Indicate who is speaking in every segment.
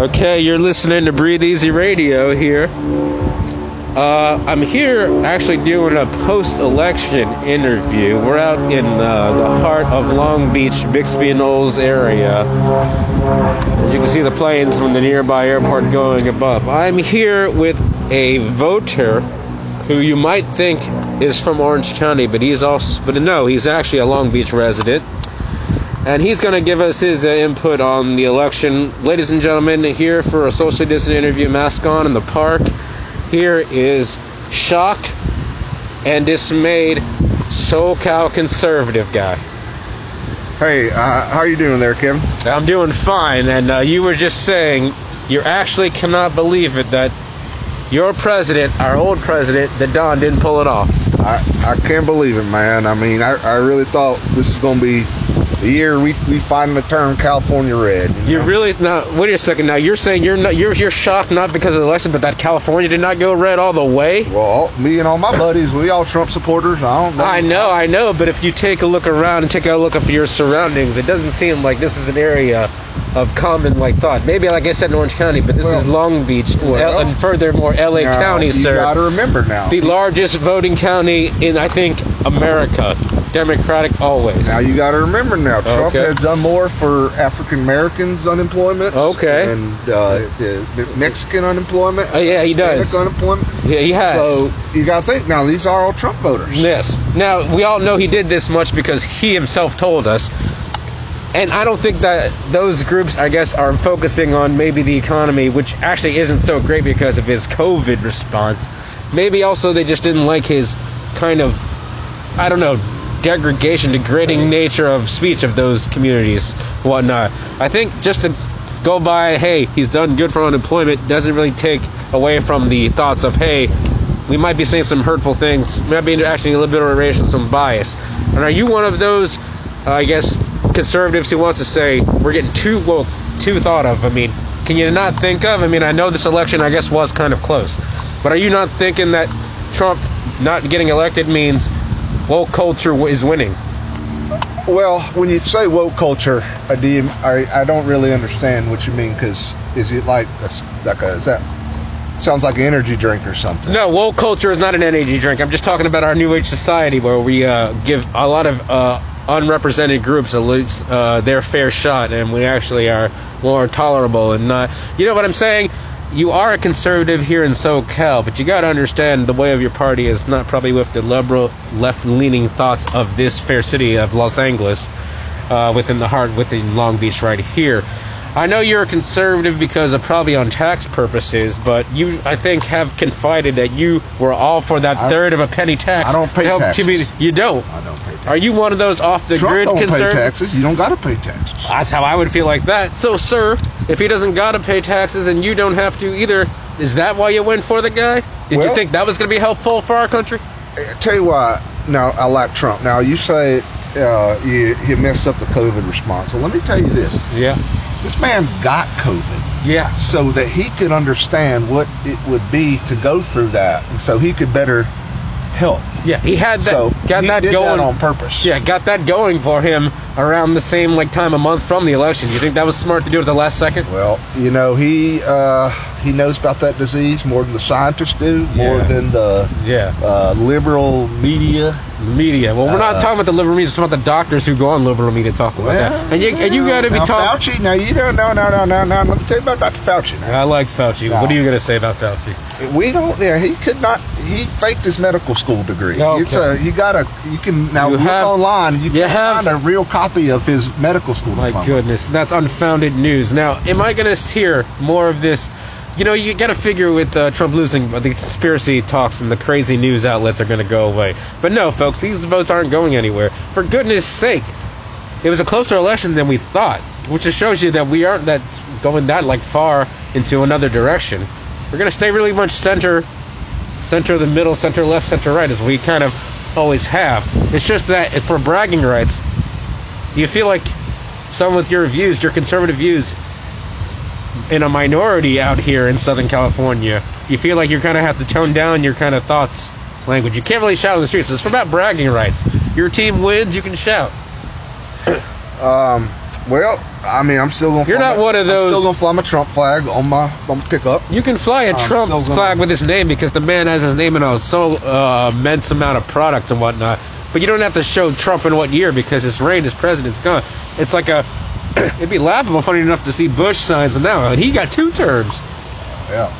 Speaker 1: Okay, you're listening to Breathe Easy Radio here. Uh, I'm here actually doing a post election interview. We're out in uh, the heart of Long Beach, Bixby Knolls area. As you can see the planes from the nearby airport going above. I'm here with a voter who you might think is from Orange County, but he's also, but no, he's actually a Long Beach resident. And he's going to give us his uh, input on the election. Ladies and gentlemen, here for a socially distant interview, mask on in the park. Here is shocked and dismayed SoCal conservative guy.
Speaker 2: Hey, uh, how are you doing there, Kevin?
Speaker 1: I'm doing fine, and uh, you were just saying you actually cannot believe it that your president, our old president, the Don, didn't pull it off.
Speaker 2: I, I can't believe it, man. I mean, I, I really thought this was going to be the year we, we find the term California red.
Speaker 1: You
Speaker 2: know?
Speaker 1: really now wait a second. Now you're saying you're not you're you're shocked not because of the election, but that California did not go red all the way.
Speaker 2: Well, all- me and all my buddies, we all Trump supporters. I don't know.
Speaker 1: I know, I know, but if you take a look around and take a look at your surroundings, it doesn't seem like this is an area of common like thought. Maybe like I said in Orange County, but this is
Speaker 2: Well-
Speaker 1: Long Beach and,
Speaker 2: Well-
Speaker 1: L- and furthermore LA
Speaker 2: Now,
Speaker 1: County,
Speaker 2: you
Speaker 1: sir.
Speaker 2: got to remember now.
Speaker 1: the largest voting county in I think America. Democratic always.
Speaker 2: now you got to remember now. Trump
Speaker 1: Okay.
Speaker 2: has done more for African Americans unemployment.
Speaker 1: Okay.
Speaker 2: And uh, uh, Mexican unemployment.
Speaker 1: Oh, yeah, he
Speaker 2: Hispanic
Speaker 1: does.
Speaker 2: unemployment.
Speaker 1: yeah, he has.
Speaker 2: So you got to think now. These are all Trump voters.
Speaker 1: Yes. Now we all know he did this much because he himself told us, and I don't think that those groups, I guess, are focusing on maybe the economy, which actually isn't so great because of his COVID response. Maybe also they just didn't like his kind of, I don't know, degradation, degrading nature of speech of those communities, whatnot. I think just to go by, hey, he's done good for unemployment, doesn't really take away from the thoughts of, hey, we might be saying some hurtful things. We might be actually a little bit of racial, some bias. And are you one of those, uh, I guess, conservatives who wants to say we're getting too woke, too thought of? I mean, can you not think of? I mean, I know this election, I guess, was kind of close, but are you not thinking that Trump not getting elected means woke culture w- is winning?
Speaker 2: Well, when you say woke culture, I, do you, I, I don't really understand what you mean because is it like a s like a is that sounds like an energy drink or something?
Speaker 1: No, woke culture is not an energy drink. I'm just talking about our new age society where we uh, give a lot of uh, unrepresented groups at least uh, their fair shot, and we actually are more tolerable and not. You know what I'm saying? You are a conservative here in SoCal, but you got to understand the way of your party is not probably with the liberal, left-leaning thoughts of this fair city of Los Angeles uh, within the heart, within Long Beach, right here. I know you're a conservative because of probably on tax purposes, but you, I think, have confided that you were all for that
Speaker 2: I-
Speaker 1: third of a penny tax.
Speaker 2: I don't pay
Speaker 1: to help
Speaker 2: taxes.
Speaker 1: communi- you don't.
Speaker 2: I don't pay. Taxes.
Speaker 1: Are you one of those off the
Speaker 2: Trump
Speaker 1: grid
Speaker 2: don't pay
Speaker 1: conservatives?
Speaker 2: taxes. You don't got to pay taxes.
Speaker 1: That's how I would feel like that. So, sir, if he doesn't gotta pay taxes and you don't have to either, is that why you went for the guy? Did you
Speaker 2: Well-
Speaker 1: think that was gonna be helpful for our country?
Speaker 2: I tell you why. Now I like Trump. Now you say uh, you, he messed up the COVID response. Well, let me tell you this:
Speaker 1: Yeah.
Speaker 2: this man got COVID
Speaker 1: Yeah.
Speaker 2: so that he could understand what it would be to go through that, and so he could better help.
Speaker 1: Yeah. He had that.
Speaker 2: so
Speaker 1: got
Speaker 2: he
Speaker 1: that
Speaker 2: did
Speaker 1: going
Speaker 2: that on purpose.
Speaker 1: Yeah, got that going for him around the same like time a month from the election. You think that was smart to do at the last second?
Speaker 2: Well, you know he uh, he knows about that disease more than the scientists do, more
Speaker 1: Yeah.
Speaker 2: than the
Speaker 1: Yeah.
Speaker 2: uh, liberal media.
Speaker 1: Media. Well, we're not
Speaker 2: Uh,
Speaker 1: talking about the liberal media. It's about the doctors who go on liberal media talking about that. And you and you got to be
Speaker 2: now,
Speaker 1: talking.
Speaker 2: Fauci. Now you don't. No, no, no, no, no. Let me tell you about Dr. Fauci. Now.
Speaker 1: I like Fauci.
Speaker 2: No.
Speaker 1: What are you going to say about Fauci?
Speaker 2: We don't. Yeah, he could not. He faked his medical school degree.
Speaker 1: Okay.
Speaker 2: It's a. You gotta. You can now
Speaker 1: You
Speaker 2: look
Speaker 1: have-
Speaker 2: online. You
Speaker 1: you
Speaker 2: can
Speaker 1: have-
Speaker 2: find a real copy of his medical school
Speaker 1: My
Speaker 2: diploma.
Speaker 1: goodness, that's unfounded news. Now, am I going to hear more of this? You know, you got to figure with uh, Trump losing, uh, the conspiracy talks and the crazy news outlets are going to go away. But no, folks, these votes aren't going anywhere. For goodness sake, it was a closer election than we thought, which just shows you that we aren't that going that like far into another direction. We're going to stay really much center center of the middle, center left, center right, as we kind of always have. It's just that if for bragging rights, do you feel like someone with your views, your conservative views, in a minority out here in Southern California, you feel like you kind of have to tone down your kind of thoughts language. You can't really shout on the streets. It's about bragging rights. Your team wins, you can shout.
Speaker 2: Well, I mean, I'm still gonna.
Speaker 1: You're
Speaker 2: fly
Speaker 1: not
Speaker 2: my-
Speaker 1: one of
Speaker 2: I'm still
Speaker 1: those-
Speaker 2: gonna fly my Trump flag on my on my pickup.
Speaker 1: You can fly a
Speaker 2: I'm
Speaker 1: Trump
Speaker 2: still gonna-
Speaker 1: flag with his name because the man has his name and a so uh, immense amount of products and whatnot. But you don't have to show Trump in what year because his reign as president's gone. It's like a. it'd be laughable, funny enough, to see Bush signs now, and he got two terms.
Speaker 2: Yeah.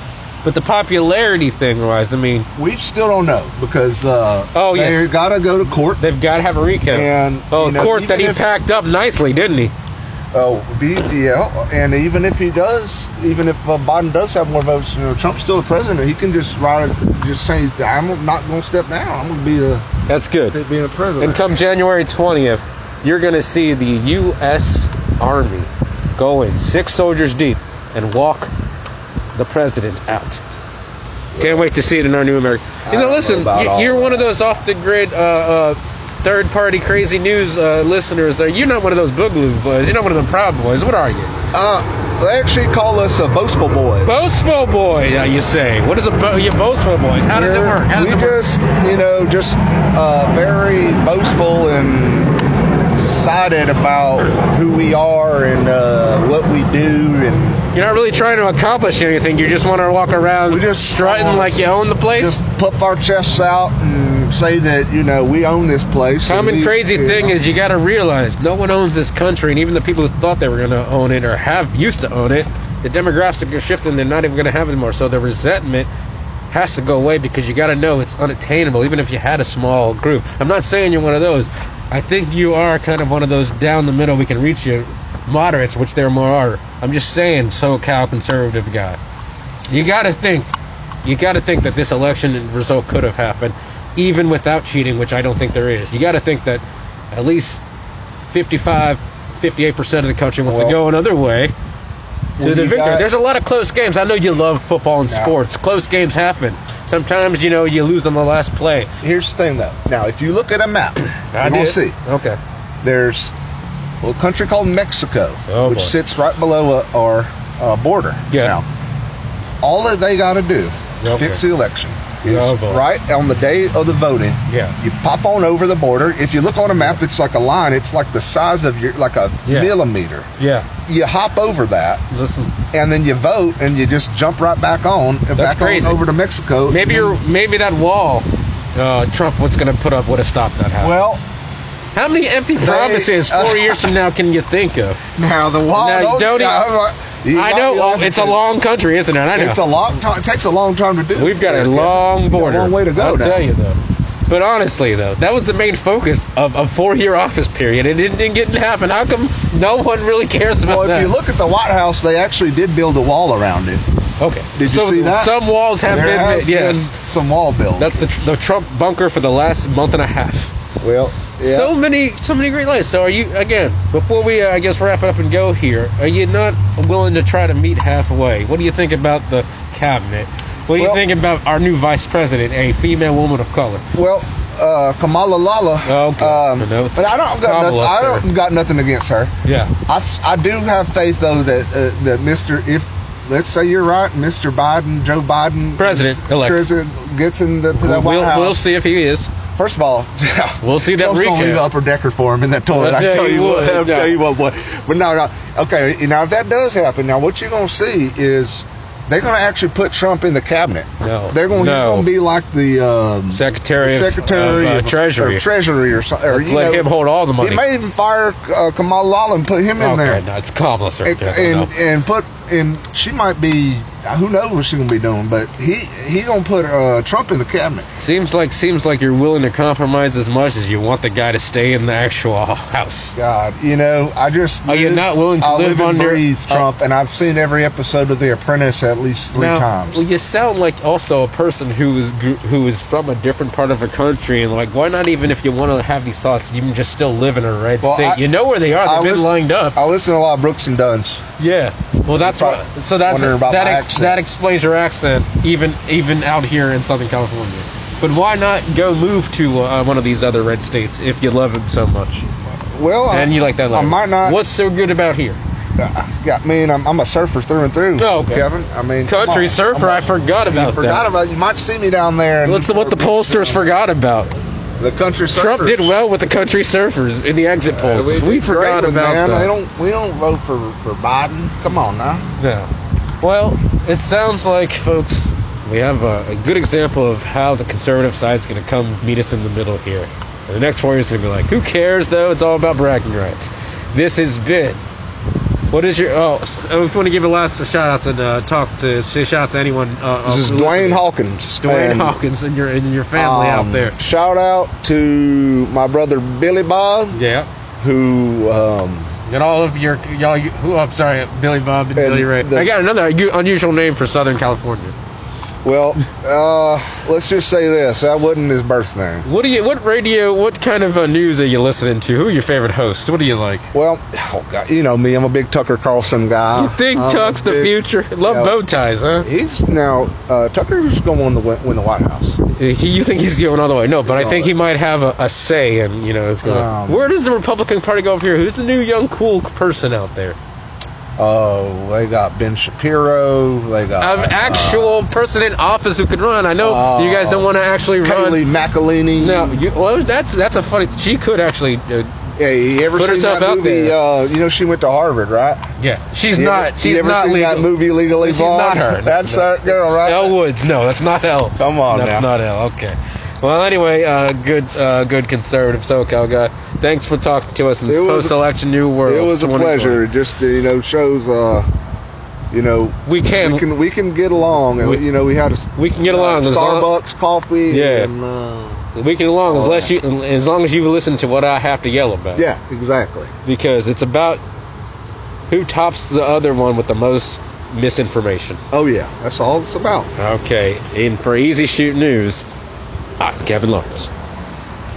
Speaker 1: But the popularity thing wise, I mean,
Speaker 2: We still don't know because uh,
Speaker 1: Oh, yes.
Speaker 2: they got to go to court.
Speaker 1: they've got to have a recount.
Speaker 2: And,
Speaker 1: oh,
Speaker 2: you know,
Speaker 1: court that
Speaker 2: even
Speaker 1: he
Speaker 2: if-
Speaker 1: packed up nicely, didn't he?
Speaker 2: Oh, be, yeah, and even if he does, even if uh, Biden does have more votes, you know, Trump's still the president. He can just ride, just say, "I'm not going to step down. I'm going to be the
Speaker 1: That's good.
Speaker 2: be the president."
Speaker 1: And come January 20th, you're going to see the U.S. Army going six soldiers deep and walk the president out. Can't wait to see it in our new America. You
Speaker 2: don't
Speaker 1: know,
Speaker 2: know
Speaker 1: listen,
Speaker 2: about all
Speaker 1: you- you're
Speaker 2: that.
Speaker 1: one of those off the grid, uh, uh, third party crazy news uh, listeners. There, you're not one of those boogaloo boys. You're not one of them proud boys. What are you?
Speaker 2: uh, they actually call us a boastful boy.
Speaker 1: Boastful boy, uh, you say. What is a bo- you boastful boys? How does it work? How does
Speaker 2: we
Speaker 1: it work?
Speaker 2: just, you know, just uh, very boastful and excited about who we are and uh, what we do and.
Speaker 1: You're not really trying to accomplish anything. You just want to walk around,
Speaker 2: We just
Speaker 1: strutting
Speaker 2: wanna
Speaker 1: like you own the place.
Speaker 2: Just puff our chests out and say that you know we own this place.
Speaker 1: Common
Speaker 2: and we-
Speaker 1: crazy
Speaker 2: you
Speaker 1: thing
Speaker 2: know.
Speaker 1: is you got to realize no one owns this country, and even the people who thought they were going to own it or have used to own it, the demographics are shifting. They're not even going to have it anymore. So the resentment has to go away because you got to know it's unattainable, even if you had a small group. I'm not saying you're one of those. I think you are kind of one of those down the middle. We can reach you moderates, which there more are. I'm just saying, SoCal conservative guy. You got to think. You got to think that this election result could have happened, even without cheating, which I don't think there is. You got to think that at least 55, 58% of the country wants
Speaker 2: Well,
Speaker 1: to go another way to
Speaker 2: well,
Speaker 1: the
Speaker 2: you
Speaker 1: victor.
Speaker 2: got-
Speaker 1: There's a lot of close games. I know you love football and
Speaker 2: Yeah.
Speaker 1: sports. Close games happen. Sometimes, you know, you lose on the last play.
Speaker 2: Here's the thing though. Now, if you look at a map,
Speaker 1: I
Speaker 2: you're gonna
Speaker 1: did.
Speaker 2: see
Speaker 1: Okay.
Speaker 2: there's a little country called Mexico,
Speaker 1: Oh,
Speaker 2: which
Speaker 1: boy.
Speaker 2: sits right below uh, our uh, border.
Speaker 1: Yeah.
Speaker 2: Now, all that they got to do to
Speaker 1: Okay.
Speaker 2: fix the election is
Speaker 1: Oh, boy.
Speaker 2: right on the day of the voting.
Speaker 1: Yeah.
Speaker 2: You pop on over the border. If you look on a map, it's like a line. It's like the size of your like a
Speaker 1: Yeah.
Speaker 2: millimeter.
Speaker 1: Yeah.
Speaker 2: You hop over that.
Speaker 1: Listen.
Speaker 2: and then you vote and you just jump right back on and back
Speaker 1: crazy.
Speaker 2: on over to Mexico.
Speaker 1: Maybe
Speaker 2: And
Speaker 1: you're,
Speaker 2: then-
Speaker 1: maybe that wall uh, Trump was going to put up would have stopped that happening.
Speaker 2: well
Speaker 1: How many empty promises four years from now can you think of?
Speaker 2: now the wall.
Speaker 1: Now, don't e-
Speaker 2: you
Speaker 1: I
Speaker 2: might
Speaker 1: know
Speaker 2: be
Speaker 1: oh,
Speaker 2: lucky
Speaker 1: it's a
Speaker 2: to-
Speaker 1: long country, isn't it? I know.
Speaker 2: It's a long time. It takes a long time to do.
Speaker 1: We've got a
Speaker 2: Yeah,
Speaker 1: long border.
Speaker 2: long way to go
Speaker 1: I'll
Speaker 2: now.
Speaker 1: tell you though. But honestly though, that was the main focus of a four-year office period, and it didn't get to happen. How come no one really cares about
Speaker 2: Well,
Speaker 1: that?
Speaker 2: if you look at the White House, they actually did build a wall around it.
Speaker 1: okay,
Speaker 2: Did you
Speaker 1: so
Speaker 2: see that?
Speaker 1: Some walls have
Speaker 2: there
Speaker 1: been
Speaker 2: has
Speaker 1: yes.
Speaker 2: been some wall built.
Speaker 1: That's the, tr- the Trump bunker for the last month and a half.
Speaker 2: well, yeah.
Speaker 1: So many, so many great lights. So are you again? Before we, uh, I guess, wrap it up and go here, are you not willing to try to meet halfway? What do you think about the cabinet? What do you
Speaker 2: Well-
Speaker 1: think about our new vice president, a female woman of color?
Speaker 2: Well, uh, Kamala Lala.
Speaker 1: Okay.
Speaker 2: Um,
Speaker 1: I know it's-
Speaker 2: but I don't
Speaker 1: it's
Speaker 2: got
Speaker 1: Kamala,
Speaker 2: nothing, I
Speaker 1: sir.
Speaker 2: don't got nothing against her.
Speaker 1: Yeah.
Speaker 2: I, f- I do have faith though that uh, that Mr. If let's say you're right, Mr. Biden, Joe Biden,
Speaker 1: President-elect.
Speaker 2: president gets into to
Speaker 1: We'll,
Speaker 2: that White House.
Speaker 1: we'll see if he is.
Speaker 2: First of all,
Speaker 1: We'll see that
Speaker 2: Trump's gonna
Speaker 1: recap.
Speaker 2: leave an upper decker for him in that toilet. I tell you what, I
Speaker 1: yeah.
Speaker 2: tell you what, boy. But no, no, okay. Now if that does happen, now what you're gonna see is they're gonna actually put Trump in the cabinet.
Speaker 1: No.
Speaker 2: they're gonna, he's
Speaker 1: No.
Speaker 2: gonna be like the um,
Speaker 1: Secretary of-
Speaker 2: secretary
Speaker 1: of, uh, Treasury.
Speaker 2: or treasury or something. Or, you
Speaker 1: Let
Speaker 2: know,
Speaker 1: him hold all the money.
Speaker 2: He may even fire uh, Kamala Lala and put him in there
Speaker 1: Okay, no, it's Kamala, sir.
Speaker 2: and
Speaker 1: Yes, I know.
Speaker 2: and, and put and she might be who knows what she's gonna be doing, but he he gonna put uh, Trump in the cabinet.
Speaker 1: seems like seems like you're willing to compromise as much as you want the guy to stay in the actual house.
Speaker 2: God, you know, I just
Speaker 1: Are you not willing to
Speaker 2: I
Speaker 1: live
Speaker 2: and
Speaker 1: under- Oh.
Speaker 2: breathe Trump? and I've seen every episode of The Apprentice at least three
Speaker 1: Now,
Speaker 2: times.
Speaker 1: Well, you sound like also a person who is gr- who is from a different part of the country, and like, why not even if you want to have these thoughts, you can just still live in a red
Speaker 2: Well,
Speaker 1: state.
Speaker 2: I-
Speaker 1: you know where they are; they've
Speaker 2: I
Speaker 1: been
Speaker 2: listen-
Speaker 1: lined up.
Speaker 2: I listen to a lot of Brooks and Dunn's.
Speaker 1: yeah. Well, that's
Speaker 2: Probably
Speaker 1: what. So that's
Speaker 2: wondering about
Speaker 1: that.
Speaker 2: my
Speaker 1: Ex,
Speaker 2: accent.
Speaker 1: that explains your accent, even even out here in Southern California. But why not go move to uh, one of these other red states if you love them so much?
Speaker 2: Well, I-
Speaker 1: and you like that
Speaker 2: I
Speaker 1: life.
Speaker 2: might not.
Speaker 1: What's so good about here?
Speaker 2: Yeah, I mean, I'm, I'm a surfer through and through.
Speaker 1: Oh, okay.
Speaker 2: Kevin. I mean, come
Speaker 1: Country
Speaker 2: on.
Speaker 1: surfer.
Speaker 2: I'm
Speaker 1: I forgot
Speaker 2: a-
Speaker 1: about
Speaker 2: forgot
Speaker 1: that.
Speaker 2: about you. Might see me down there. And
Speaker 1: What's the, what the pollsters forgot about?
Speaker 2: The country surfers.
Speaker 1: Trump did well with the country surfers in the exit polls.
Speaker 2: we
Speaker 1: we
Speaker 2: did
Speaker 1: forgot
Speaker 2: Great with
Speaker 1: about
Speaker 2: them.
Speaker 1: that.
Speaker 2: They don't. We don't vote for for Biden. Come on now.
Speaker 1: No. Well, it sounds like, folks, we have a, a good example of how the conservative side's going to come meet us in the middle here. And the next four years is going to be like, who cares, though? It's all about bragging rights. This has been. What is your. Oh, s- oh, if you want to give a last shout out and uh, talk to. Say shout out to anyone. Uh,
Speaker 2: This is
Speaker 1: uh,
Speaker 2: Dwayne
Speaker 1: listening.
Speaker 2: Hawkins.
Speaker 1: Dwayne
Speaker 2: and,
Speaker 1: Hawkins and your, and your family out
Speaker 2: um,
Speaker 1: there.
Speaker 2: Shout out to my brother Billy Bob,
Speaker 1: Yeah.
Speaker 2: who um,
Speaker 1: And all of your y'all, you, who I'm sorry, Billy Bob and,
Speaker 2: And
Speaker 1: Billy Ray.
Speaker 2: the-
Speaker 1: I got another u- unusual name for Southern California.
Speaker 2: Well, uh, let's just say this. That wasn't his birth name.
Speaker 1: What do you? What radio? What kind of uh, news are you listening to? Who are your favorite hosts? What do you like?
Speaker 2: Well, oh God, you know me. I'm a big Tucker Carlson guy.
Speaker 1: You think
Speaker 2: I'm a
Speaker 1: Tuck's the
Speaker 2: big-
Speaker 1: future? Love
Speaker 2: Um, yeah.
Speaker 1: bow ties, huh?
Speaker 2: He's now uh, Tucker's going to win, win the White House.
Speaker 1: He, you think he's going all the way? No, but I
Speaker 2: No,
Speaker 1: think
Speaker 2: but-
Speaker 1: he might have a, a say, and you know, it's going.
Speaker 2: Um,
Speaker 1: Where does the Republican Party go from here? Who's the new young cool person out there?
Speaker 2: Oh, they got Ben Shapiro. They got
Speaker 1: An actual person in office who could run. I know
Speaker 2: uh,
Speaker 1: you guys don't want to actually
Speaker 2: Kaylee
Speaker 1: run.
Speaker 2: McElhinney.
Speaker 1: No, you, well, that's that's a funny. She could actually. Uh,
Speaker 2: Yeah, you ever
Speaker 1: Put
Speaker 2: seen
Speaker 1: herself
Speaker 2: that
Speaker 1: out
Speaker 2: movie?
Speaker 1: there.
Speaker 2: Uh, you know she went to Harvard, right?
Speaker 1: Yeah, she's
Speaker 2: You
Speaker 1: not.
Speaker 2: Ever,
Speaker 1: she's
Speaker 2: you ever
Speaker 1: not
Speaker 2: seen
Speaker 1: legal.
Speaker 2: that movie Legally
Speaker 1: She's not
Speaker 2: Blonde?
Speaker 1: her. No,
Speaker 2: That's
Speaker 1: no.
Speaker 2: that girl, right?
Speaker 1: Elle Woods. No, that's not Elle.
Speaker 2: Come on
Speaker 1: that's
Speaker 2: now.
Speaker 1: not Elle. Okay. Well, anyway, uh, good, uh, good conservative SoCal guy. Thanks for talking to us in this
Speaker 2: It was-
Speaker 1: post-election new world.
Speaker 2: It was a
Speaker 1: 2020.
Speaker 2: pleasure. It just uh, you know shows. Uh, you know
Speaker 1: We can,
Speaker 2: we can we can get along. and
Speaker 1: We-
Speaker 2: you know, we had a, uh,
Speaker 1: get along as long,
Speaker 2: Starbucks coffee.
Speaker 1: Yeah.
Speaker 2: and, uh,
Speaker 1: we can along as
Speaker 2: Oh,
Speaker 1: less you as long as you listen to what I have to yell about.
Speaker 2: yeah, exactly.
Speaker 1: because it's about who tops the other one with the most misinformation.
Speaker 2: Oh yeah, that's all it's about.
Speaker 1: Okay, and for Easy Shoot News, I'm Kevin Lawrence.